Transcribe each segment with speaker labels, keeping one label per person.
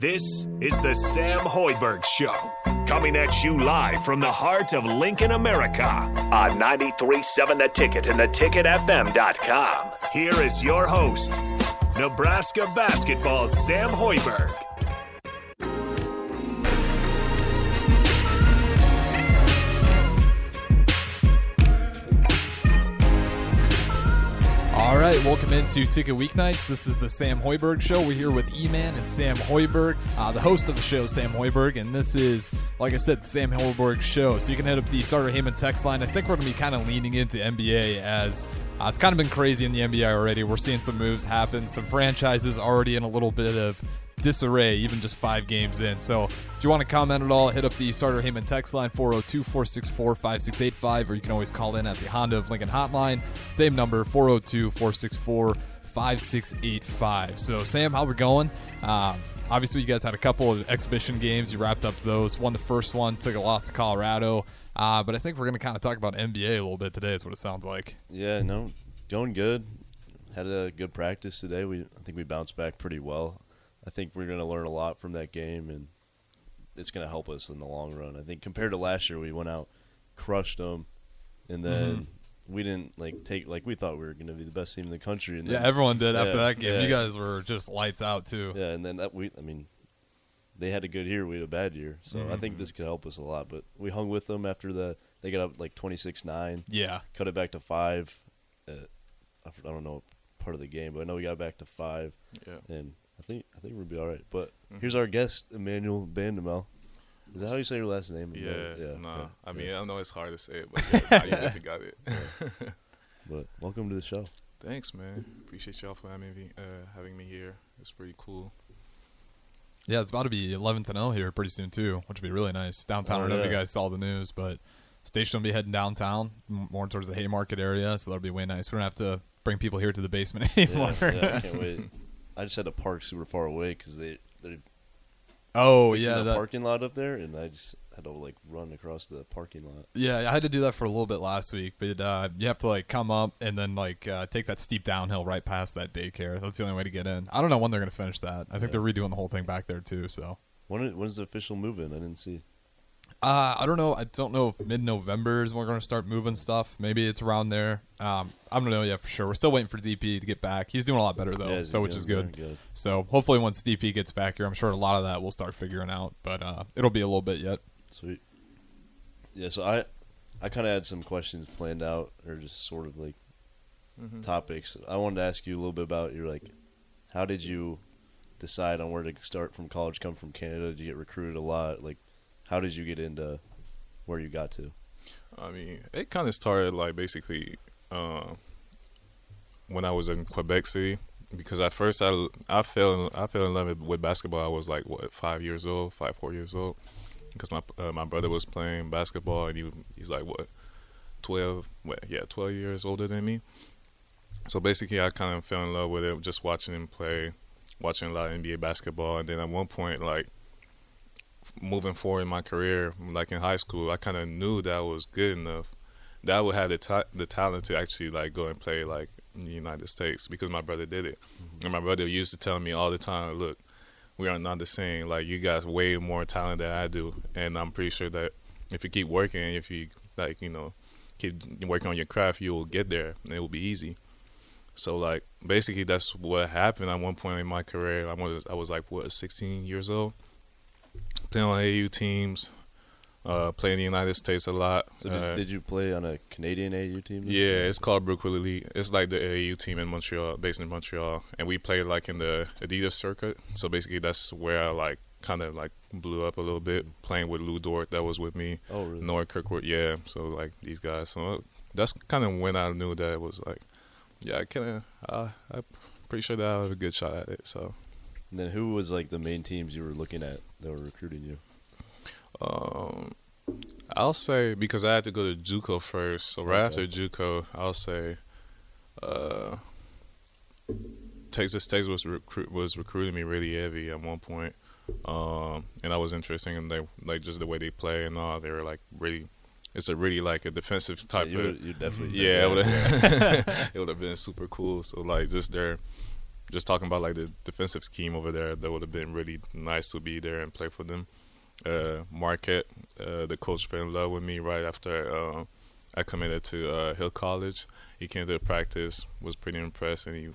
Speaker 1: This is the Sam Hoiberg Show, coming at you live from the heart of Lincoln, America, on 93.7 The Ticket and theticketfm.com. Here is your host, Nebraska basketball's Sam Hoiberg.
Speaker 2: All right, welcome into Ticket Weeknights. This is the Sam Hoiberg Show. We're here with E-Man and Sam Hoiberg, uh, the host of the show, Sam Hoiberg, and this is, like I said, Sam Hoiberg Show. So you can hit up the Starter Heyman text line. I think we're going to be kind of leaning into NBA as uh, it's kind of been crazy in the NBA already. We're seeing some moves happen, some franchises already in a little bit of disarray, even just five games in. So if you want to comment at all, hit up the Starter Heyman text line 402 464 5685, or you can always call in at the Honda of Lincoln hotline. Same number 402 464 5685. So, Sam, how's it going? Um, obviously, you guys had a couple of exhibition games. You wrapped up those, won the first one, took a loss to Colorado. Uh, but I think we're going to kind of talk about NBA a little bit today, is what it sounds like.
Speaker 3: Yeah, no, doing good. Had a good practice today. We I think we bounced back pretty well. I think we're going to learn a lot from that game, and it's going to help us in the long run. I think compared to last year, we went out, crushed them, and then we didn't like take like we thought we were going to be the best team in the country. And
Speaker 2: Yeah,
Speaker 3: then,
Speaker 2: everyone did after
Speaker 3: Yeah,
Speaker 2: that game.
Speaker 3: yeah.
Speaker 2: You guys were just lights out, too.
Speaker 3: yeah, and then that we I mean, they had a good year, we had a bad year. So I think this could help us a lot. But we hung with them after the they got up like twenty six nine.
Speaker 2: yeah.
Speaker 3: cut it back to five. Uh, I f- I don't know part of the game, but I know we got it back to five.
Speaker 4: Yeah.
Speaker 3: And I think I think we'll be all right. But
Speaker 2: Mm-hmm.
Speaker 3: here's our guest, Emmanuel Bandamel. Is that how you say your last name?
Speaker 4: Yeah,
Speaker 3: yeah,
Speaker 4: nah.
Speaker 3: yeah,
Speaker 4: I
Speaker 3: yeah.
Speaker 4: mean, I know it's hard to say it, but yeah, nah, you guys got it.
Speaker 3: But welcome to the show.
Speaker 4: Thanks, man. Appreciate y'all for having me, uh, having me here. It's pretty cool.
Speaker 2: Yeah, it's about to be 11th and 0 here pretty soon too, which would be really nice. Downtown,
Speaker 3: Oh,
Speaker 2: I don't know if you
Speaker 3: yeah.
Speaker 2: guys saw the news, but station will be heading downtown, m- more towards the Haymarket area, so that'll be way nice. We don't have to bring people here to the basement anymore.
Speaker 3: Yeah, yeah, I can't wait. I just had to park super far away because they they're
Speaker 2: oh
Speaker 3: fixing
Speaker 2: yeah,
Speaker 3: the
Speaker 2: that-
Speaker 3: parking lot up there, and I just had to like run across the parking lot.
Speaker 2: yeah. I had to do that for a little bit last week, but uh, you have to like come up and then like uh, take that steep downhill right past that daycare. That's the only way to get in. I don't know when they're gonna finish that. I think they're redoing the whole thing back there too. So
Speaker 3: When it- when's the official move in? I didn't see.
Speaker 2: Uh, I don't know. I don't know if mid November is when we're going to start moving stuff. Maybe it's around there. Um, I don't know yet for sure. We're still waiting for DP to get back. He's doing a lot better though,
Speaker 3: Yeah, is
Speaker 2: so
Speaker 3: he
Speaker 2: which is
Speaker 3: doing
Speaker 2: good.
Speaker 3: very good?
Speaker 2: So hopefully once DP gets back here, I'm sure a lot of that we'll start figuring out. But uh, it'll be a little bit yet.
Speaker 3: Sweet. Yeah, so I, I kind of had some questions planned out, or just sort of like topics. I wanted to ask you a little bit about your like, how did you decide on where to start from college? Come from Canada? Did you get recruited a lot? Like, how did you get into where you got to?
Speaker 4: I mean, it kind of started like basically uh, when I was in Quebec City because at first I I fell in, I fell in love with basketball. I was like what five years old, five four years old, because my uh, my brother was playing basketball and he he's like what twelve what yeah twelve years older than me. So basically, I kind of fell in love with it just watching him play, watching a lot of NBA basketball, and then at one point like moving forward in my career, like in high school, I kind of knew that I was good enough. That I would have the ta- the talent to actually like go and play like in the United States because my brother did it,
Speaker 3: Mm-hmm.
Speaker 4: and my brother used to tell me all the time, "Look, we are not the same. Like you guys way more talent than I do, and I'm pretty sure that if you keep working, if you like, you know, keep working on your craft, you will get there, and it will be easy." So like basically that's what happened at one point in my career. I was I was like what 16 years old
Speaker 3: Mm-hmm.
Speaker 4: playing on AU teams, uh, playing in the United States a lot.
Speaker 3: So
Speaker 4: Uh,
Speaker 3: did, did you play on a Canadian AU team? then?
Speaker 4: yeah, it's called Brookwood Elite. It's like the AAU team in Montreal, based in Montreal, and we played like in the Adidas circuit. So basically, that's where I like kind of like blew up a little bit, playing with Lou Dort that was with me,
Speaker 3: Oh, really?
Speaker 4: Nora Kirkwood, yeah. So like these guys. So that's kind of when I knew that it was like, yeah, I kind of, uh, I'm pretty sure that I have a good shot at it. So.
Speaker 3: And then who was like the main teams you were looking at that were recruiting you?
Speaker 4: Um, I'll say because I had to go to JUCO first. So right after JUCO, I'll say, uh, Texas Texas was recruit was recruiting me really heavy at one point, um, and I was interested in they like just the way they play and all. They were like really, it's a really like a defensive type
Speaker 3: you,
Speaker 4: of
Speaker 3: would- you definitely.
Speaker 4: yeah, it would
Speaker 3: yeah.
Speaker 4: have it would have been super cool. So like just their just talking about like the defensive scheme over there, that would have been really nice to be there and play for them. Uh, Marquette, uh, the coach fell in love with me right after uh, I committed to uh, Hill College. He came to the practice, was pretty impressed, and he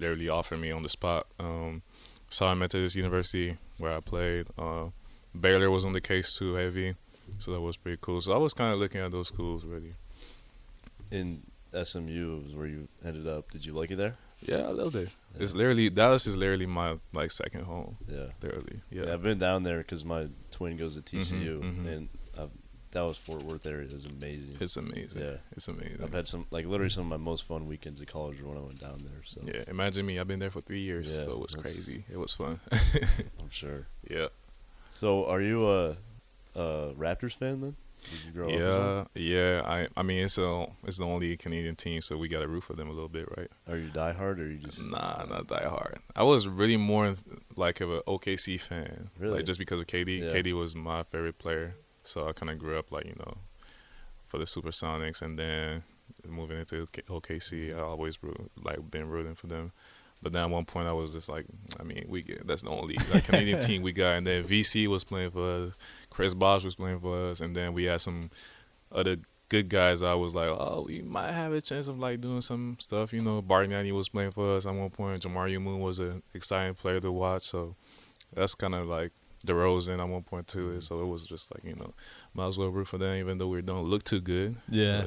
Speaker 4: literally offered me on the spot. Um, so I met to this university where I played. Uh, Baylor was on the case too heavy, so that was pretty cool. So I was kind of looking at those schools really.
Speaker 3: In SMU is where you ended up. Did you like it there?
Speaker 4: Yeah, I loved it. It's literally Dallas is literally my like second home.
Speaker 3: Yeah.
Speaker 4: Literally,
Speaker 3: Yeah,
Speaker 4: yeah.
Speaker 3: I've been down there because my twin goes to TCU,
Speaker 4: mhm.
Speaker 3: and I've, that was Fort Worth area. It was amazing.
Speaker 4: It's amazing.
Speaker 3: Yeah.
Speaker 4: it's amazing.
Speaker 3: I've had some like literally some of my most fun weekends at college were when I went down there. So
Speaker 4: yeah, imagine me. I've been there for three years,
Speaker 3: Yeah,
Speaker 4: so it was
Speaker 3: that's-
Speaker 4: crazy. It was fun.
Speaker 3: I'm sure.
Speaker 4: yeah,
Speaker 3: So are you a, a Raptors fan then? Did you grow up?
Speaker 4: yeah, yeah. I, I mean, it's a, it's the only Canadian team, so we got to root for them a little bit, right?
Speaker 3: Are you diehard or are you just
Speaker 4: Nah, not die hard. I was really more like of an OKC fan,
Speaker 3: Really?
Speaker 4: like just because of KD.
Speaker 3: Yeah.
Speaker 4: KD was my favorite player, so I kind of grew up like you know, for the Supersonics, and then moving into K-
Speaker 3: Mm-hmm.
Speaker 4: OKC, I always root, like been rooting for them. But then at one point, I was just like, I mean, we get, that's the only like, Canadian team we got. And then VC was playing for us, Chris Bosh was playing for us, and then we had some other good guys I was like, oh, we might have a chance of like doing some stuff. You know, Bargnani was playing for us at one point. Jamari Moon was an exciting player to watch. So that's kind of like DeRozan at one point too. And So it was just like you know, might as well root for them even though we don't look too good.
Speaker 2: Yeah.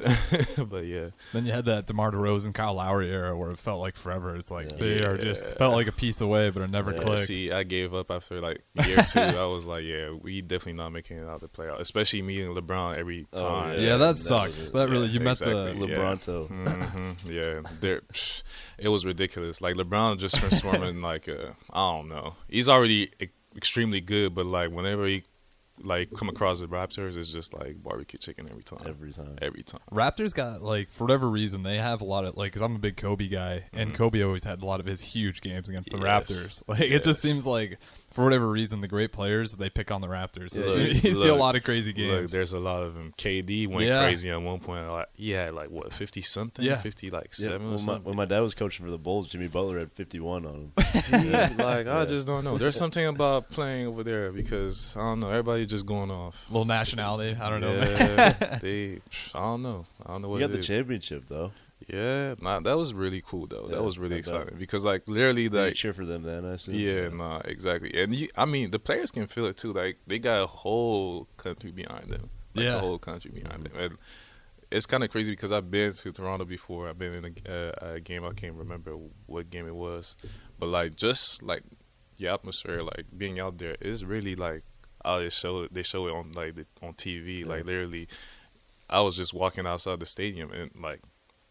Speaker 4: but yeah,
Speaker 2: then you had that DeMar DeRozan, Kyle Lowry era where it felt like forever. It's like
Speaker 3: Yeah.
Speaker 2: they are just felt like a piece away, but are never
Speaker 4: Yeah,
Speaker 2: clicked.
Speaker 4: see, I gave up after like year two. I was like, yeah, we definitely not making it out of the playoff, especially meeting LeBron every
Speaker 3: Oh,
Speaker 4: time.
Speaker 2: yeah,
Speaker 3: Yeah,
Speaker 2: that
Speaker 3: that was
Speaker 2: sucks.
Speaker 3: it.
Speaker 2: That really
Speaker 4: Yeah,
Speaker 2: you met
Speaker 4: exactly.
Speaker 2: the.
Speaker 4: Yeah.
Speaker 3: LeBronto?
Speaker 4: hmm yeah, there. psh, It was ridiculous. Like LeBron just transforming. like uh, I don't know. He's already e- extremely good, but like whenever he like come across the Raptors, it's just like barbecue chicken every time.
Speaker 3: Every time.
Speaker 4: Every time.
Speaker 2: Raptors got like for whatever reason they have a lot of like because I'm a big Kobe guy and Kobe always had a lot of his huge games against the
Speaker 4: Mm-hmm.
Speaker 2: Raptors.
Speaker 4: Yes.
Speaker 2: Like it just
Speaker 4: Yes.
Speaker 2: seems like for whatever reason the great players they pick on the Raptors.
Speaker 4: Yeah,
Speaker 2: It's-
Speaker 4: look,
Speaker 2: you see a
Speaker 4: look,
Speaker 2: lot of crazy
Speaker 4: Look,
Speaker 2: games.
Speaker 4: there's a lot of them. KD went
Speaker 2: Yeah.
Speaker 4: crazy at one point. Like, yeah, like what, fifty something?
Speaker 2: Yeah.
Speaker 4: fifty like
Speaker 3: Yeah,
Speaker 4: seven or
Speaker 3: when, my,
Speaker 4: something.
Speaker 3: when my dad was coaching for the Bulls, Jimmy Butler had 51 on him.
Speaker 4: like I
Speaker 3: Yeah.
Speaker 4: just don't know. There's something about playing over there because I don't know. Everybody just going off.
Speaker 2: Little nationality, I don't know.
Speaker 4: Yeah, they. psh, I don't know. I don't know
Speaker 3: You
Speaker 4: what
Speaker 3: got
Speaker 4: it
Speaker 3: the
Speaker 4: is.
Speaker 3: championship though.
Speaker 4: Yeah, nah, that was really cool though.
Speaker 3: Yeah,
Speaker 4: that was really
Speaker 3: I bet.
Speaker 4: exciting because like literally
Speaker 3: Did you
Speaker 4: like
Speaker 3: cheer for them then? I assume.
Speaker 4: yeah, nah, exactly. And you, I mean, the players can feel it too. Like they got a whole country behind them. Like,
Speaker 2: Yeah.
Speaker 4: a whole country behind them. And it's kind of crazy because I've been to Toronto before. I've been in a, uh, a game. I can't remember what game it was, but like just like the atmosphere, like being out there is really like oh they show it, they show it on like the, on TV. Like literally, I was just walking outside the stadium and like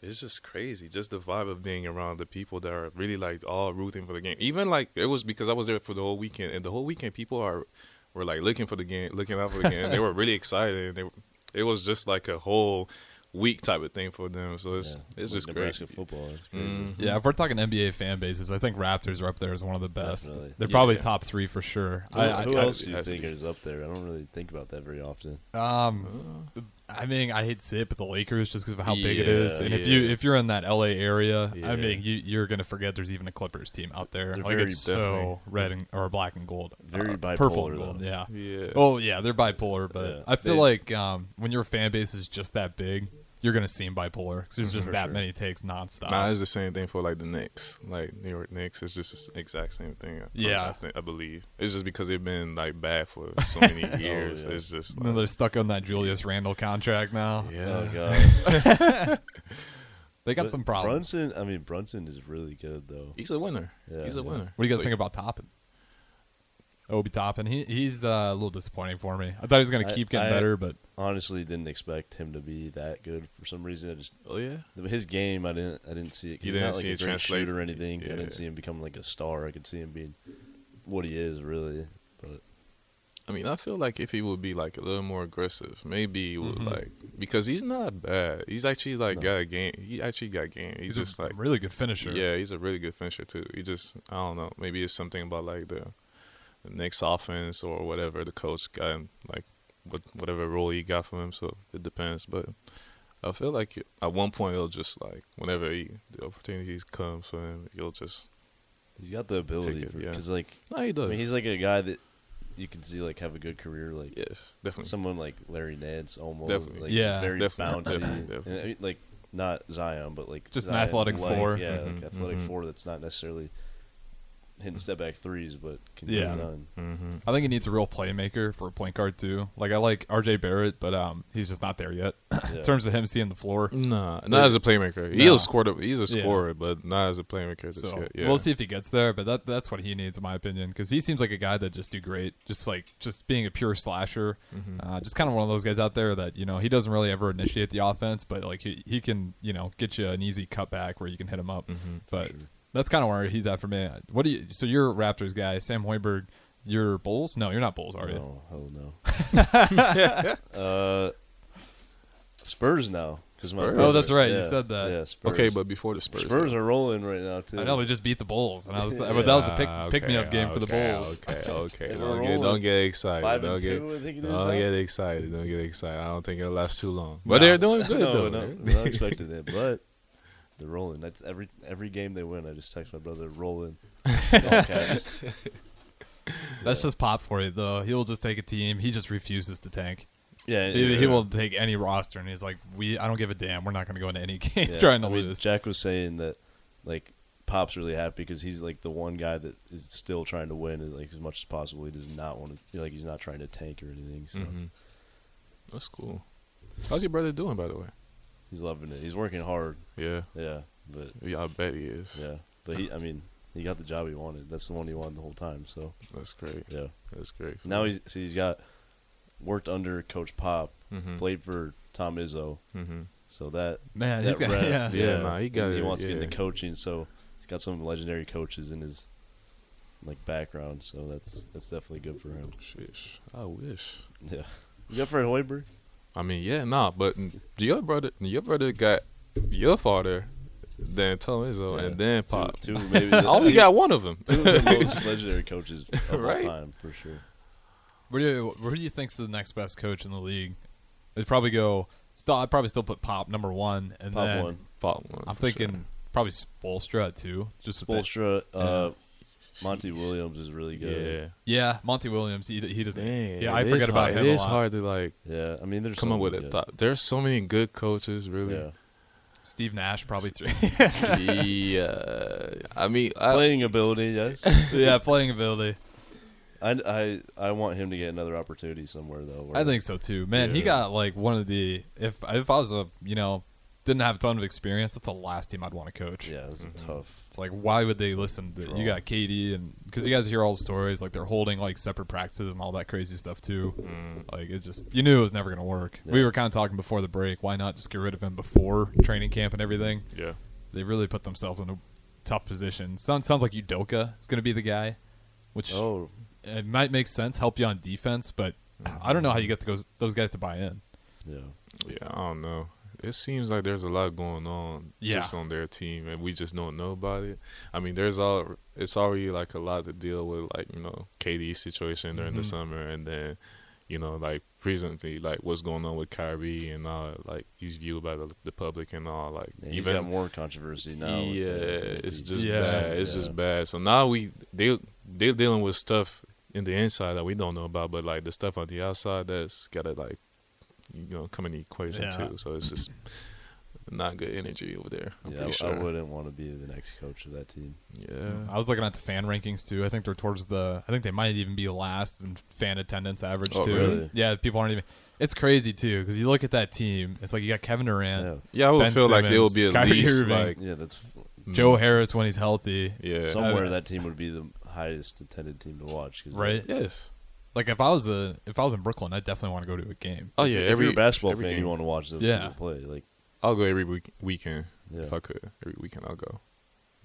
Speaker 4: it's just crazy. Just the vibe of being around the people that are really like all rooting for the game. Even like it was because I was there for the whole weekend, and the whole weekend people are were like looking for the game, looking out for the game. and they were really excited. And they, were- it was just like a whole week type of thing for them. So it's it's just Mm-hmm.
Speaker 3: Nebraska
Speaker 4: crazy.
Speaker 3: football. That's crazy.
Speaker 2: Yeah, if we're talking NBA fan bases, I think Raptors are up there as one of the best.
Speaker 3: Definitely.
Speaker 2: They're probably
Speaker 4: Yeah.
Speaker 2: top three for sure.
Speaker 3: Who,
Speaker 2: I,
Speaker 3: who
Speaker 2: I,
Speaker 3: else do you
Speaker 4: has to
Speaker 3: think
Speaker 4: be.
Speaker 3: is up there? I don't really think about that very often.
Speaker 4: Uh,
Speaker 2: Um, I mean, I hate to say it, but the Lakers just because of how big it
Speaker 4: Yeah,
Speaker 2: is, and if
Speaker 4: yeah.
Speaker 2: you if you're in that LA area, I
Speaker 4: Yeah.
Speaker 2: mean, you, you're gonna forget there's even a Clippers team out there.
Speaker 3: They're
Speaker 2: like
Speaker 3: very
Speaker 2: it's so red and or black and gold, uh,
Speaker 3: Very bipolar,
Speaker 2: purple and gold.
Speaker 3: though.
Speaker 2: Yeah.
Speaker 4: Yeah.
Speaker 2: Oh yeah, they're bipolar, but
Speaker 3: Yeah.
Speaker 2: I feel
Speaker 4: They-
Speaker 2: like um, when your fan base is just that big, you're gonna seem bipolar because there's just
Speaker 3: Mm-hmm. For
Speaker 2: that
Speaker 3: sure.
Speaker 2: many takes nonstop.
Speaker 4: Nah, it's the same thing for like the Knicks, like New York Knicks. It's just the exact same thing. I-
Speaker 2: Yeah.
Speaker 4: I, think, I believe it's just because they've been like bad for so
Speaker 2: Oh,
Speaker 4: many years.
Speaker 3: yeah.
Speaker 4: It's just
Speaker 2: And then
Speaker 4: like,
Speaker 2: they're stuck on that Julius Randle contract now.
Speaker 3: Oh
Speaker 4: yeah,
Speaker 3: god,
Speaker 2: They got
Speaker 3: But
Speaker 2: some problems.
Speaker 3: Brunson, I mean Brunson is really good though.
Speaker 4: he's a winner.
Speaker 3: Yeah.
Speaker 4: he's a
Speaker 3: Yeah.
Speaker 4: winner.
Speaker 2: What do you guys
Speaker 4: So-
Speaker 2: think about Toppin? Obi Toppin, he he's uh, a little disappointing for me. I thought he was going to
Speaker 3: I-
Speaker 2: keep getting
Speaker 3: I-
Speaker 2: better, but
Speaker 3: Honestly, didn't expect him to be that good for some reason. I just
Speaker 4: Oh yeah.
Speaker 3: his game, I didn't, I didn't see it. 'cause
Speaker 4: You
Speaker 3: he's
Speaker 4: didn't
Speaker 3: not like
Speaker 4: see
Speaker 3: a
Speaker 4: it
Speaker 3: great
Speaker 4: translate-
Speaker 3: shooter or anything. I
Speaker 4: yeah.
Speaker 3: didn't see him become like a star. I could see him being what he is really. But
Speaker 4: I mean, I feel like if he would be like a little more aggressive, maybe he would
Speaker 2: Mm-hmm.
Speaker 4: like because he's not bad. He's actually like got a game. He actually got game.
Speaker 2: he's,
Speaker 4: He's, just
Speaker 2: a
Speaker 4: like
Speaker 2: really good finisher.
Speaker 4: yeah, he's a really good finisher too. He just I don't know. Maybe it's something about like the, the Knicks offense or whatever the coach got him like what whatever role he got from him. So it depends, but. I feel like at one point he'll just like whenever he, the opportunities come for him, he'll just
Speaker 3: He's got the ability
Speaker 4: Take it,
Speaker 3: for
Speaker 4: yeah.
Speaker 3: because like
Speaker 4: No, he
Speaker 3: I
Speaker 4: does.
Speaker 3: mean he's like a guy that you can see like have a good career like
Speaker 4: yes, definitely.
Speaker 3: someone like Larry Nance almost
Speaker 4: Definitely.
Speaker 3: like
Speaker 2: Yeah.
Speaker 3: very
Speaker 4: Definitely,
Speaker 3: bouncy
Speaker 4: definitely,
Speaker 3: And,
Speaker 4: definitely.
Speaker 3: I mean, like not Zion but like
Speaker 2: Just an
Speaker 3: Zion,
Speaker 2: athletic
Speaker 3: like,
Speaker 2: four. Mm-hmm.
Speaker 3: yeah
Speaker 4: Mhm,
Speaker 3: like athletic
Speaker 4: mhm.
Speaker 3: four that's not necessarily hitting step back threes but can
Speaker 2: Yeah.
Speaker 3: get it done.
Speaker 4: mm-hmm.
Speaker 2: I think he needs a real playmaker for a point guard too. Like I like RJ Barrett, but um, he's just not there yet
Speaker 3: Yeah.
Speaker 2: in terms of him seeing the floor.
Speaker 4: Nah, not as a playmaker. He'll score. The, he's a
Speaker 2: Yeah.
Speaker 4: scorer, but not as a playmaker. This
Speaker 2: So
Speaker 4: year. Yeah.
Speaker 2: we'll see if he gets there, but that that's what he needs in my opinion because he seems like a guy that just do great, just like just being a pure slasher,
Speaker 4: Mm-hmm.
Speaker 2: uh, just kind of one of those guys out there that you know he doesn't really ever initiate the offense, but like he, he can you know get you an easy cutback where you can hit him up.
Speaker 4: Mm-hmm,
Speaker 2: but that's kind of where he's at for me. What do you? So you're a Raptors guy, Sam Hoiberg. You're Bulls? No, you're not Bulls, are you?
Speaker 3: No, hell no. uh, Spurs now. 'cause my-
Speaker 4: Spurs.
Speaker 2: Oh, that's right. You
Speaker 3: Yeah,
Speaker 2: said that.
Speaker 3: Yeah, Spurs.
Speaker 4: Okay, but before the Spurs,
Speaker 3: Spurs, are rolling right now too.
Speaker 2: I know they just beat the Bulls, and I was Uh, but that was a pick,
Speaker 4: Ah,
Speaker 2: pick me
Speaker 4: okay,
Speaker 2: up game for the
Speaker 4: okay,
Speaker 2: Bulls.
Speaker 4: Okay, okay.
Speaker 3: They were
Speaker 4: don't, get,
Speaker 3: rolling
Speaker 4: don't get excited.
Speaker 3: five
Speaker 4: don't
Speaker 3: and
Speaker 4: get,
Speaker 3: two. I think it is.
Speaker 4: don't
Speaker 3: now.
Speaker 4: get excited. Don't get excited. I don't think it'll last too long. But they're doing good
Speaker 3: no,
Speaker 4: though.
Speaker 3: no,
Speaker 4: man.
Speaker 3: we're not expecting it, but they're rolling. That's every every game they win. I just text my brother rolling. in all caps.
Speaker 2: That's just pop for you though. He'll just take a team. He just refuses to tank.
Speaker 3: yeah,
Speaker 2: He,
Speaker 3: yeah.
Speaker 2: he will take any roster, and he's like, "We, I don't give a damn. We're not going to go into any game
Speaker 3: Yeah.
Speaker 2: trying to
Speaker 3: I mean,
Speaker 2: lose."
Speaker 3: Jack was saying that like Pop's really happy because he's like the one guy that is still trying to win and, like as much as possible. He does not want to feel like he's not trying to tank or anything. So
Speaker 2: Mm-hmm.
Speaker 4: Mhm. That's cool. How's your brother doing, by the way?
Speaker 3: he's loving it. He's working hard.
Speaker 4: Yeah,
Speaker 3: Yeah, but
Speaker 4: yeah. I bet he is.
Speaker 3: yeah, but he. I mean, he got the job he wanted. That's the one he wanted the whole time. So
Speaker 4: That's great.
Speaker 3: yeah,
Speaker 4: That's great.
Speaker 3: now he's so he's got worked under Coach Pop,
Speaker 2: Mm-hmm.
Speaker 4: Mhm.
Speaker 3: played for Tom Izzo.
Speaker 4: hmm
Speaker 3: So that
Speaker 2: Man,
Speaker 3: that
Speaker 2: he's got
Speaker 3: rep,
Speaker 2: yeah.
Speaker 4: yeah. nah, he
Speaker 3: and
Speaker 4: got
Speaker 3: He
Speaker 4: it,
Speaker 3: wants to
Speaker 4: yeah.
Speaker 3: get into coaching, so he's got some legendary coaches in his like background. So that's that's definitely good for him.
Speaker 4: Sheesh. I wish.
Speaker 3: Yeah, you got Fred Hoiberg.
Speaker 4: I mean, yeah, nah, but your brother, your brother got your father, then Tom Izzo,
Speaker 3: Yeah.
Speaker 4: Oh, and then Pop.
Speaker 3: Two, two maybe.
Speaker 4: I
Speaker 3: the-
Speaker 4: only
Speaker 3: I
Speaker 4: got one of them.
Speaker 3: think two of the most legendary coaches of
Speaker 4: Right?
Speaker 3: all time for sure.
Speaker 2: Where do you, where do you think's the next best coach in the league? I'd probably go. Still, I'd probably still put Pop number one, and
Speaker 3: Pop
Speaker 2: then
Speaker 3: one.
Speaker 4: Pop one.
Speaker 2: I'm
Speaker 4: for sure.
Speaker 2: thinking probably Spolstra too. Just with that-
Speaker 3: Spolstra, uh, Monty Williams is really good.
Speaker 2: yeah, Monty Williams. He, he doesn't.
Speaker 4: Yeah. Dang,
Speaker 2: yeah, I
Speaker 4: it is
Speaker 2: forget about
Speaker 4: hard.
Speaker 2: him
Speaker 4: It
Speaker 2: a
Speaker 4: is
Speaker 2: lot.
Speaker 4: hard to like
Speaker 3: Yeah, I mean, there's
Speaker 4: come
Speaker 3: so
Speaker 4: up with
Speaker 3: many,
Speaker 4: it.
Speaker 3: yeah.
Speaker 4: Pop. There's so many good coaches, really.
Speaker 3: Yeah.
Speaker 2: Steve Nash probably three.
Speaker 4: Yeah. I mean, I,
Speaker 3: Playing ability, yes.
Speaker 2: yeah, playing ability.
Speaker 3: I, I I want him to get another opportunity somewhere though. where-
Speaker 2: I think so too. Man, he
Speaker 4: Yeah.
Speaker 2: got like one of the if if I was a you know didn't have a ton of experience, that's the last team I'd want to coach.
Speaker 3: Yeah, it's
Speaker 4: Mm-hmm.
Speaker 3: tough.
Speaker 2: It's like why would they listen? to You got KD and because you guys hear all the stories like they're holding like separate practices and all that crazy stuff too. Like it just you knew it was never gonna work. We
Speaker 3: Mm. Yeah.
Speaker 2: were kind of talking before the break. Why not just get rid of him before training camp and everything?
Speaker 4: yeah.
Speaker 2: They really put themselves in a tough position. Sounds sounds like Udoka is gonna be the guy, which
Speaker 3: Oh,
Speaker 2: it might make sense help you on defense, but
Speaker 3: Mm.
Speaker 2: I don't know how you get those those guys to buy in.
Speaker 3: yeah.
Speaker 4: Yeah, I don't know. It seems like there's a lot going on
Speaker 2: Yeah.
Speaker 4: just on their team, and we just don't know about it. I mean, there's all it's already like a lot to deal with, like you know, KD situation during
Speaker 2: Mm-hmm.
Speaker 4: the summer, and then you know, like presently, like what's going on with Kyrie and all, like he's viewed by the, the public and all, like
Speaker 3: yeah he's got more controversy now. with
Speaker 4: yeah,
Speaker 3: the- with
Speaker 4: it's
Speaker 3: the-
Speaker 4: just
Speaker 2: Yeah.
Speaker 4: bad. It's just bad. So now we they they're dealing with stuff in the inside that we don't know about, but like the stuff on the outside that's gotta like you know come in the equation
Speaker 2: Yeah.
Speaker 4: too. So it's just not good energy over there. I'm
Speaker 3: yeah, I,
Speaker 4: pretty sure.
Speaker 3: I wouldn't want to be the next coach of that team.
Speaker 4: Yeah.
Speaker 2: I was looking at the fan rankings too. I think they're towards the. I think they might even be last in fan attendance average
Speaker 4: Oh,
Speaker 2: too.
Speaker 3: really?
Speaker 2: Yeah, people aren't even. It's crazy too because you look at that team. It's like you got Kevin Durant,
Speaker 4: Yeah, I would
Speaker 2: Ben
Speaker 4: feel like they
Speaker 2: Simmons,
Speaker 4: would be at
Speaker 2: Kyrie
Speaker 4: least
Speaker 2: Irving.
Speaker 4: like mm.
Speaker 3: Yeah, yeah. That's
Speaker 2: Joe Harris when he's healthy.
Speaker 4: yeah.
Speaker 3: somewhere
Speaker 2: I-
Speaker 3: that team would be the highest attended team to watch. Cause
Speaker 2: Right.
Speaker 4: Yes.
Speaker 2: Like if I was a if I was in Brooklyn, I definitely want to go to a game.
Speaker 4: Oh yeah.
Speaker 3: If
Speaker 4: every
Speaker 3: you're a basketball
Speaker 4: every
Speaker 3: fan,
Speaker 4: game.
Speaker 3: you want to watch those
Speaker 2: Yeah.
Speaker 3: people play. Like,
Speaker 4: I'll go every week, weekend
Speaker 3: Yeah.
Speaker 4: if I could. Every weekend I'll go.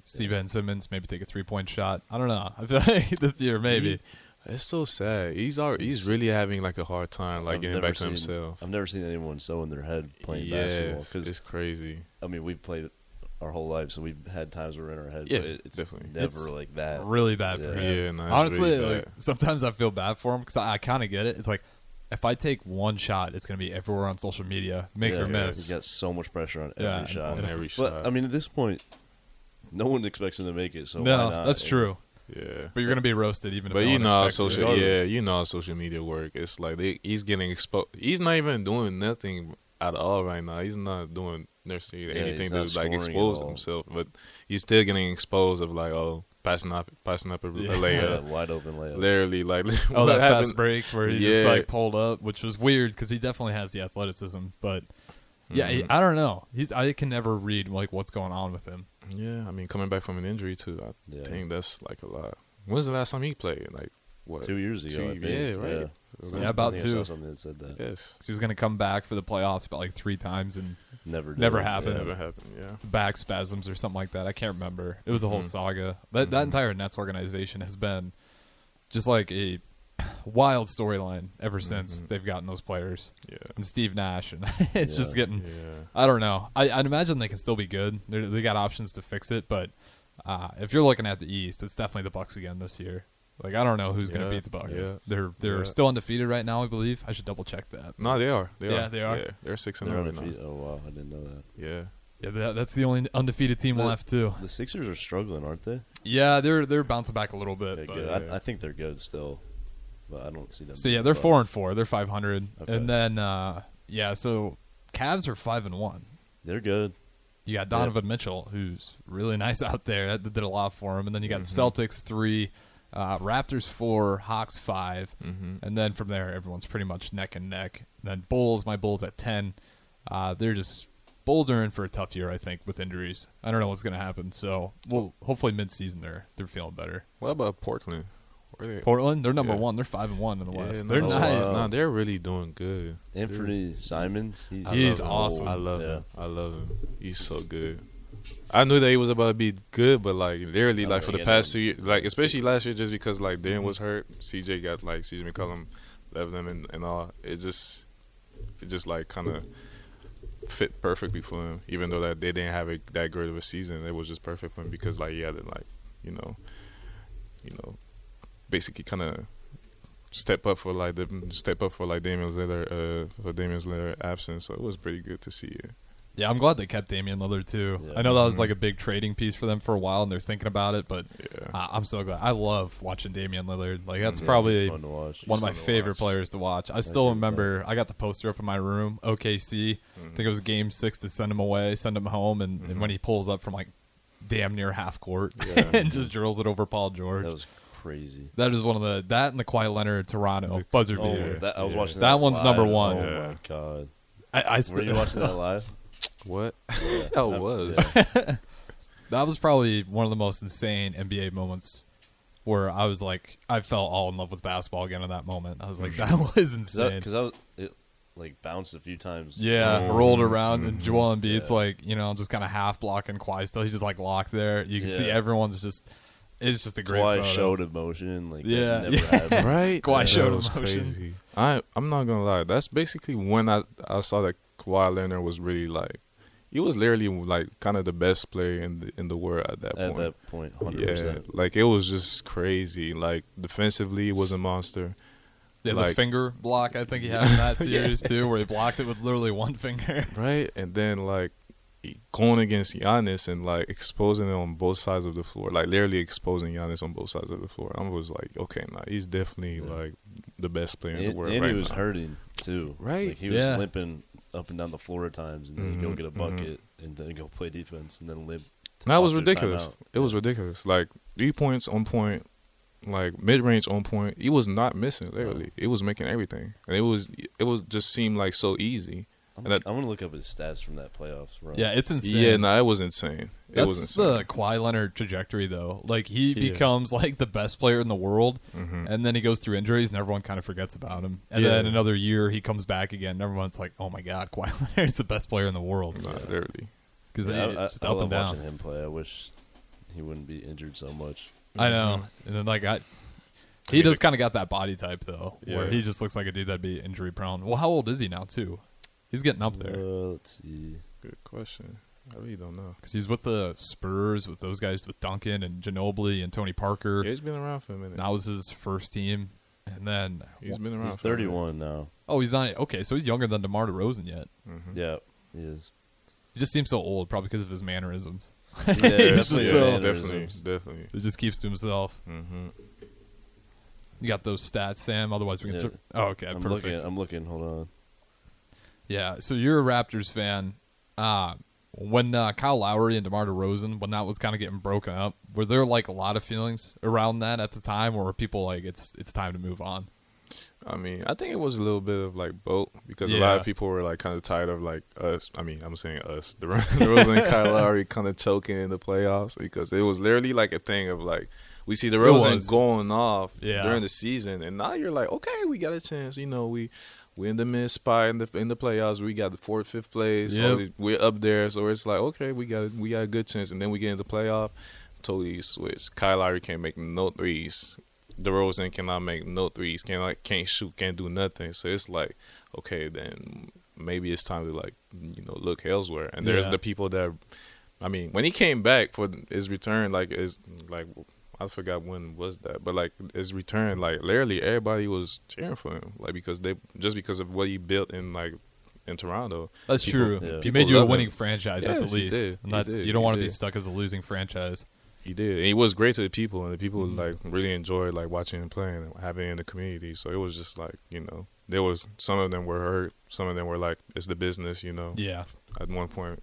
Speaker 2: See Ben Simmons maybe take a three point shot. I don't know. I feel like this year maybe.
Speaker 4: It's so sad. He's al- he's really having like a hard time like
Speaker 3: I've
Speaker 4: getting
Speaker 3: never
Speaker 4: back to
Speaker 3: seen-
Speaker 4: himself.
Speaker 3: I've never seen anyone so in their head playing basketball.
Speaker 4: Yes,
Speaker 3: Because
Speaker 4: it's crazy.
Speaker 3: I mean, we've played our whole lives, so we've had times where we're in our head.
Speaker 4: Yeah,
Speaker 3: but it- it's
Speaker 4: definitely.
Speaker 3: never
Speaker 2: It's
Speaker 3: like that.
Speaker 2: Really bad for
Speaker 3: Yeah.
Speaker 2: him.
Speaker 4: Yeah, no, it's
Speaker 2: Honestly,
Speaker 4: really
Speaker 2: like,
Speaker 4: bad.
Speaker 2: sometimes I feel bad for him because I, I kind of get it. It's like if I take one shot, it's going to be everywhere on social media, make
Speaker 3: yeah,
Speaker 2: or
Speaker 3: yeah,
Speaker 2: miss.
Speaker 3: He's got so much pressure on
Speaker 2: Yeah,
Speaker 3: every shot.
Speaker 4: on every
Speaker 3: But
Speaker 4: shot.
Speaker 3: I mean, at this point, no one expects him to make it. So why
Speaker 2: no,
Speaker 3: not?
Speaker 2: that's
Speaker 3: And
Speaker 2: true.
Speaker 4: Yeah.
Speaker 2: But you're gonna be roasted even.
Speaker 4: But
Speaker 2: if
Speaker 4: you know
Speaker 2: no
Speaker 4: how
Speaker 2: one expects it.
Speaker 4: social, yeah, you know how social media work. It's like they, he's getting exposed. He's not even doing nothing at all right now. He's not doing nursing
Speaker 3: he's
Speaker 4: anything
Speaker 3: not
Speaker 4: to like
Speaker 3: scoring at
Speaker 4: expose
Speaker 3: all.
Speaker 4: himself. But he's still getting exposed of like oh passing up, passing up a, a
Speaker 3: Yeah,
Speaker 4: layer,
Speaker 3: wide open layup.
Speaker 4: literally like
Speaker 2: Oh,
Speaker 4: what
Speaker 2: that fast
Speaker 4: happened-
Speaker 2: break where he just
Speaker 4: Yeah.
Speaker 2: like pulled up, which was weird because he definitely has the athleticism, but yeah, he-
Speaker 4: Mhm.
Speaker 2: I don't know. He's I can never read like what's going on with him.
Speaker 4: Yeah, I mean coming back from an injury too. I
Speaker 3: Yeah.
Speaker 4: think that's like a lot. When's the last time he played? Like what?
Speaker 3: Two years ago,
Speaker 4: Two-
Speaker 3: I think.
Speaker 4: yeah, right.
Speaker 3: Yeah.
Speaker 4: So
Speaker 2: Yeah, about
Speaker 3: I think I saw
Speaker 2: two.
Speaker 3: something that said that.
Speaker 4: Yes,
Speaker 2: 'Cause He's gonna come back for the playoffs about like three times and
Speaker 3: Never. did.
Speaker 2: Never
Speaker 3: Yeah.
Speaker 4: yeah,
Speaker 2: happens.
Speaker 4: that happened. Yeah.
Speaker 2: back spasms or something like that. I can't remember. It was a whole
Speaker 4: Mm-hmm.
Speaker 2: saga. That that entire Nets organization has been just like a wild storyline ever since they've gotten those players
Speaker 4: Mm-hmm. Yeah.
Speaker 2: and Steve Nash, and it's just
Speaker 3: Yeah.
Speaker 2: getting.
Speaker 4: Yeah.
Speaker 2: I don't know. I, I'd imagine they can still be good. They're, they got options to fix it, but uh, if you're looking at the East, it's definitely the Bucks again this year. Like I don't know who's going
Speaker 4: Yeah,
Speaker 2: to beat the Bucks.
Speaker 4: yeah,
Speaker 2: They're they're
Speaker 4: yeah.
Speaker 2: still undefeated right now, I believe. I should double check that.
Speaker 4: No, they are. They
Speaker 2: Yeah,
Speaker 4: are.
Speaker 2: they are.
Speaker 4: they're six and
Speaker 3: They're
Speaker 4: zero right now.
Speaker 3: undefeated. Oh wow, I didn't know that.
Speaker 4: Yeah.
Speaker 2: Yeah, that, that's the only undefeated team
Speaker 3: The-
Speaker 2: left too.
Speaker 3: The Sixers are struggling, aren't they?
Speaker 2: Yeah, they're they're bouncing back a little bit.
Speaker 3: They're
Speaker 2: but- uh,
Speaker 3: good.
Speaker 4: yeah.
Speaker 3: I, I think they're good still, but I don't see them.
Speaker 2: So yeah,
Speaker 3: being
Speaker 2: they're
Speaker 3: above.
Speaker 2: four and four. They're five hundred,
Speaker 3: Okay.
Speaker 2: and then uh, yeah, so Cavs are five and one.
Speaker 3: They're good.
Speaker 2: You got Donovan Mitchell, who's really nice out there. That did a lot for him, and then you got
Speaker 3: Mm-hmm.
Speaker 2: Celtics three, uh, Raptors four, Hawks 5
Speaker 3: Mm-hmm.
Speaker 2: and then from there everyone's pretty much neck and neck. And then Bulls, my Bulls at ten. Uh, they're just Bulls are in for a tough year, I think, with injuries. I don't know what's gonna happen. So we'll hopefully midseason they're they're feeling better.
Speaker 4: What about Portland? Where they?
Speaker 2: Portland, they're number
Speaker 4: Yeah.
Speaker 2: one. They're five and one in the
Speaker 4: Yeah,
Speaker 2: West.
Speaker 4: no,
Speaker 2: they're
Speaker 4: no,
Speaker 2: nice.
Speaker 4: No, they're really doing good.
Speaker 3: Anthony Simons. He's,
Speaker 4: I He's
Speaker 3: old.
Speaker 2: awesome.
Speaker 4: I love
Speaker 3: yeah.
Speaker 4: him. I love him. He's so good. I knew that he was about to be good, but like literally,
Speaker 3: I
Speaker 4: like for
Speaker 3: mean,
Speaker 4: the
Speaker 3: Oh, yeah,
Speaker 4: past
Speaker 3: no.
Speaker 4: two years, like especially last year, just because like Dan was hurt, CJ got like CJ McCollum left them and, and all. It just, it just like kind of fit perfectly for him. Even though that they didn't have a, that great of a season, it was just perfect for him because like he had to like you know, you know, basically kind of step up for like the step up for like Damian's later uh for Damian's later absence. So it was pretty good to see it.
Speaker 2: Yeah, I'm glad they kept Damian Lillard too.
Speaker 3: Yeah.
Speaker 2: I know that was like a big trading piece for them for a while, and they're thinking about it. But
Speaker 4: Yeah.
Speaker 2: uh, I'm so glad. I love watching Damian Lillard. Like that's
Speaker 3: Yeah,
Speaker 2: probably
Speaker 3: Mm-hmm. he's fun to watch.
Speaker 2: one of my
Speaker 4: to
Speaker 2: favorite
Speaker 4: watch.
Speaker 2: players to watch. I still
Speaker 3: agree with
Speaker 2: remember I got the poster up in my room. OKC. I
Speaker 3: Mm-hmm.
Speaker 2: think it was Game Six to send him away, send him home, and, and when he pulls up from like damn near half court
Speaker 4: Yeah.
Speaker 2: and just drills it over Paul George.
Speaker 3: mm-hmm. That was crazy.
Speaker 2: that is one of the that and the Kawhi Leonard Toronto buzzer
Speaker 3: Oh,
Speaker 2: beater.
Speaker 3: that, I was
Speaker 4: Yeah.
Speaker 3: watching
Speaker 2: That
Speaker 3: that.
Speaker 2: one's
Speaker 3: live.
Speaker 2: number one.
Speaker 3: Oh
Speaker 4: Yeah.
Speaker 3: my god.
Speaker 2: I, I
Speaker 3: Were
Speaker 2: still
Speaker 3: you watching that live?
Speaker 4: What? I was.
Speaker 2: That was probably one of the most insane NBA moments where I was like, I fell all in love with basketball again in that moment. I was like, that was insane.
Speaker 3: Because I was it like bounced a few times.
Speaker 2: yeah,
Speaker 4: Mhm.
Speaker 2: rolled around and Joel Embiid's
Speaker 3: Yeah.
Speaker 2: like, you know, just kind of half blocking Kawhi still. He's just like locked there. You can see
Speaker 3: Yeah.
Speaker 2: everyone's just, it's just a great
Speaker 3: Kawhi
Speaker 2: photo.
Speaker 3: showed emotion. Like that
Speaker 2: Yeah.
Speaker 3: never happened.
Speaker 4: right?
Speaker 2: Kawhi
Speaker 4: That
Speaker 2: showed
Speaker 4: was
Speaker 2: emotion.
Speaker 4: Crazy. I I'm not gonna lie. That's basically when I I saw that Kawhi Leonard was really like, he was literally like kind of the best player in the in the world at that
Speaker 3: At
Speaker 4: point.
Speaker 3: that point, hundred
Speaker 4: yeah,
Speaker 3: percent.
Speaker 4: like it was just crazy. Like defensively, he was a monster.
Speaker 2: Yeah, the
Speaker 4: like-
Speaker 2: finger block I think he had in that series too, where he blocked it with literally one finger.
Speaker 4: Right, and then like going against Giannis and like exposing him on both sides of the floor, like literally exposing Giannis on both sides of the floor. I was like, okay, nah, he's definitely like the best player in the
Speaker 3: And,
Speaker 4: world
Speaker 3: and
Speaker 4: right
Speaker 3: he was
Speaker 4: now.
Speaker 3: hurting too.
Speaker 4: Right.
Speaker 3: Like he was
Speaker 2: Yeah. Mm-hmm.
Speaker 3: limping up and down the floor at times, and then he'd go get a bucket, and then go play defense, and then limp. to
Speaker 4: That
Speaker 3: talk
Speaker 4: was
Speaker 3: to the
Speaker 4: ridiculous.
Speaker 3: timeout.
Speaker 4: It was ridiculous. Like three points on point, like mid range on point. He was not missing literally. It was making everything, and it was it was just seemed like so easy.
Speaker 3: I'm,
Speaker 4: And that-
Speaker 3: I'm gonna look up his stats from that playoffs run.
Speaker 2: Yeah, it's insane.
Speaker 4: Yeah, no, it was insane. It
Speaker 2: That's
Speaker 4: was insane.
Speaker 2: the Kawhi Leonard trajectory, though. Like he
Speaker 4: Yeah.
Speaker 2: becomes like the best player in the world, and then he goes through injuries, and everyone kind of forgets about him. And
Speaker 4: Yeah.
Speaker 2: then another year, he comes back again. And everyone's like, "Oh my God, Kawhi Leonard's the best player in the world."
Speaker 4: Nah, literally.
Speaker 2: Because
Speaker 3: Yeah, I, I,
Speaker 2: it's
Speaker 3: I
Speaker 2: up
Speaker 3: love
Speaker 2: and down.
Speaker 3: watching him play. I wish he wouldn't be injured so much.
Speaker 2: I know. And then like I, he
Speaker 4: mean,
Speaker 2: just
Speaker 4: the-
Speaker 2: kind of got that body type though, where
Speaker 4: Yeah.
Speaker 2: he just looks like a dude that'd be injury prone. Well, how old is he now? Too, he's getting up
Speaker 3: Uh,
Speaker 2: there
Speaker 3: let's see.
Speaker 4: Good question. I really don't know.
Speaker 2: because he's with the Spurs with those guys with Duncan and Ginobili and Tony Parker.
Speaker 4: Yeah, he's been around for a minute.
Speaker 2: and that was his first team. And then
Speaker 4: He's been around.
Speaker 3: He's
Speaker 4: for a minute.
Speaker 3: 31 now.
Speaker 2: Oh, he's not okay. So he's younger than Demar Derozan yet.
Speaker 3: Yeah, he is.
Speaker 2: He just seems so old, probably because of his mannerisms.
Speaker 3: Yeah, definitely,
Speaker 2: So-
Speaker 3: so,
Speaker 4: definitely, definitely.
Speaker 2: It just keeps to himself.
Speaker 4: hmm
Speaker 2: You got those stats, Sam. Otherwise, we can.
Speaker 3: Yeah.
Speaker 2: tur- oh, okay,
Speaker 3: I'm
Speaker 2: perfect.
Speaker 3: looking. I'm looking. Hold on.
Speaker 2: Yeah, so you're a Raptors fan. Uh, when uh, Kyle Lowry and DeMar DeRozan, when that was kind of getting broken up, were there like a lot of feelings around that at the time, or were people like it's it's time to move on?
Speaker 4: I mean, I think it was a little bit of like both because a lot
Speaker 2: Yeah.
Speaker 4: of people were like kind of tired of like us. I mean, I'm saying us, the DeRozan and Kyle Lowry kind of choking in the playoffs because it was literally like a thing of like we see
Speaker 2: was.
Speaker 4: DeRozan going off
Speaker 2: Yeah.
Speaker 4: during the season, and now you're like, okay, we got a chance. You know, we we in the mid spot in the in the playoffs. We got the fourth, fifth place. so
Speaker 2: Yep.
Speaker 4: we- we're up there, so it's like okay, we got we got a good chance, and then we get into playoff. Totally switched. Kyle Lowry can't make no threes. DeRozan cannot make no threes, cannot can't shoot, can't do nothing. So it's like, okay, then maybe it's time to like you know look elsewhere. And there's
Speaker 2: Yeah.
Speaker 4: the people that, I mean, when he came back for his return, like is like I forgot when was that, but like his return, like literally everybody was cheering for him, like because they just because of what he built in like in Toronto.
Speaker 2: That's
Speaker 4: People-
Speaker 2: true.
Speaker 3: yeah.
Speaker 2: He
Speaker 4: people
Speaker 2: made you a
Speaker 4: love him.
Speaker 2: winning franchise at the
Speaker 4: Yes, he
Speaker 2: least,
Speaker 4: did.
Speaker 2: and
Speaker 4: He
Speaker 2: that's
Speaker 4: did.
Speaker 2: you don't
Speaker 4: He
Speaker 2: want to be
Speaker 4: did.
Speaker 2: stuck as a losing franchise.
Speaker 4: He did. And he was great to the people, and the people
Speaker 2: Mm-hmm.
Speaker 4: like really enjoyed like watching him play and having him in the community. So it was just like you know, there was some of them were hurt, some of them were like, it's the business, you know.
Speaker 2: Yeah,
Speaker 4: At one point,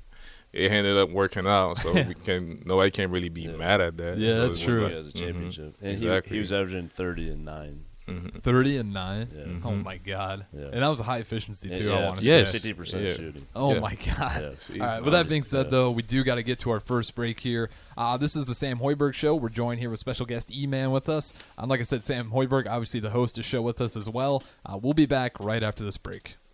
Speaker 4: it ended up working out, so we can nobody can really be
Speaker 3: Yeah.
Speaker 4: mad at that.
Speaker 2: Yeah,
Speaker 4: So
Speaker 2: that's
Speaker 4: it was
Speaker 2: true.
Speaker 4: like-
Speaker 3: He has a
Speaker 4: Mhm.
Speaker 3: championship, and he,
Speaker 4: Exactly.
Speaker 3: he was averaging 30 and nine.
Speaker 4: Mhm.
Speaker 2: thirty and nine.
Speaker 3: Yeah.
Speaker 2: Oh my god!
Speaker 3: Yeah.
Speaker 2: And that was a high efficiency too. I want to
Speaker 4: Mm-hmm. Yes.
Speaker 2: say.
Speaker 3: 50 percent
Speaker 4: Yeah.
Speaker 3: shooting.
Speaker 2: Oh
Speaker 4: Yeah.
Speaker 2: my god!
Speaker 3: Yeah,
Speaker 4: see,
Speaker 2: All right. With
Speaker 3: I'm
Speaker 2: that
Speaker 3: just-
Speaker 2: being said,
Speaker 3: yeah.
Speaker 2: though, we do got to get to our first break here. Uh, this is the Sam Hoiberg Show. We're joined here with special guest E Man with us. And like I said, Sam Hoiberg, obviously the host of the show with us as well. Uh, we'll be back right after this break.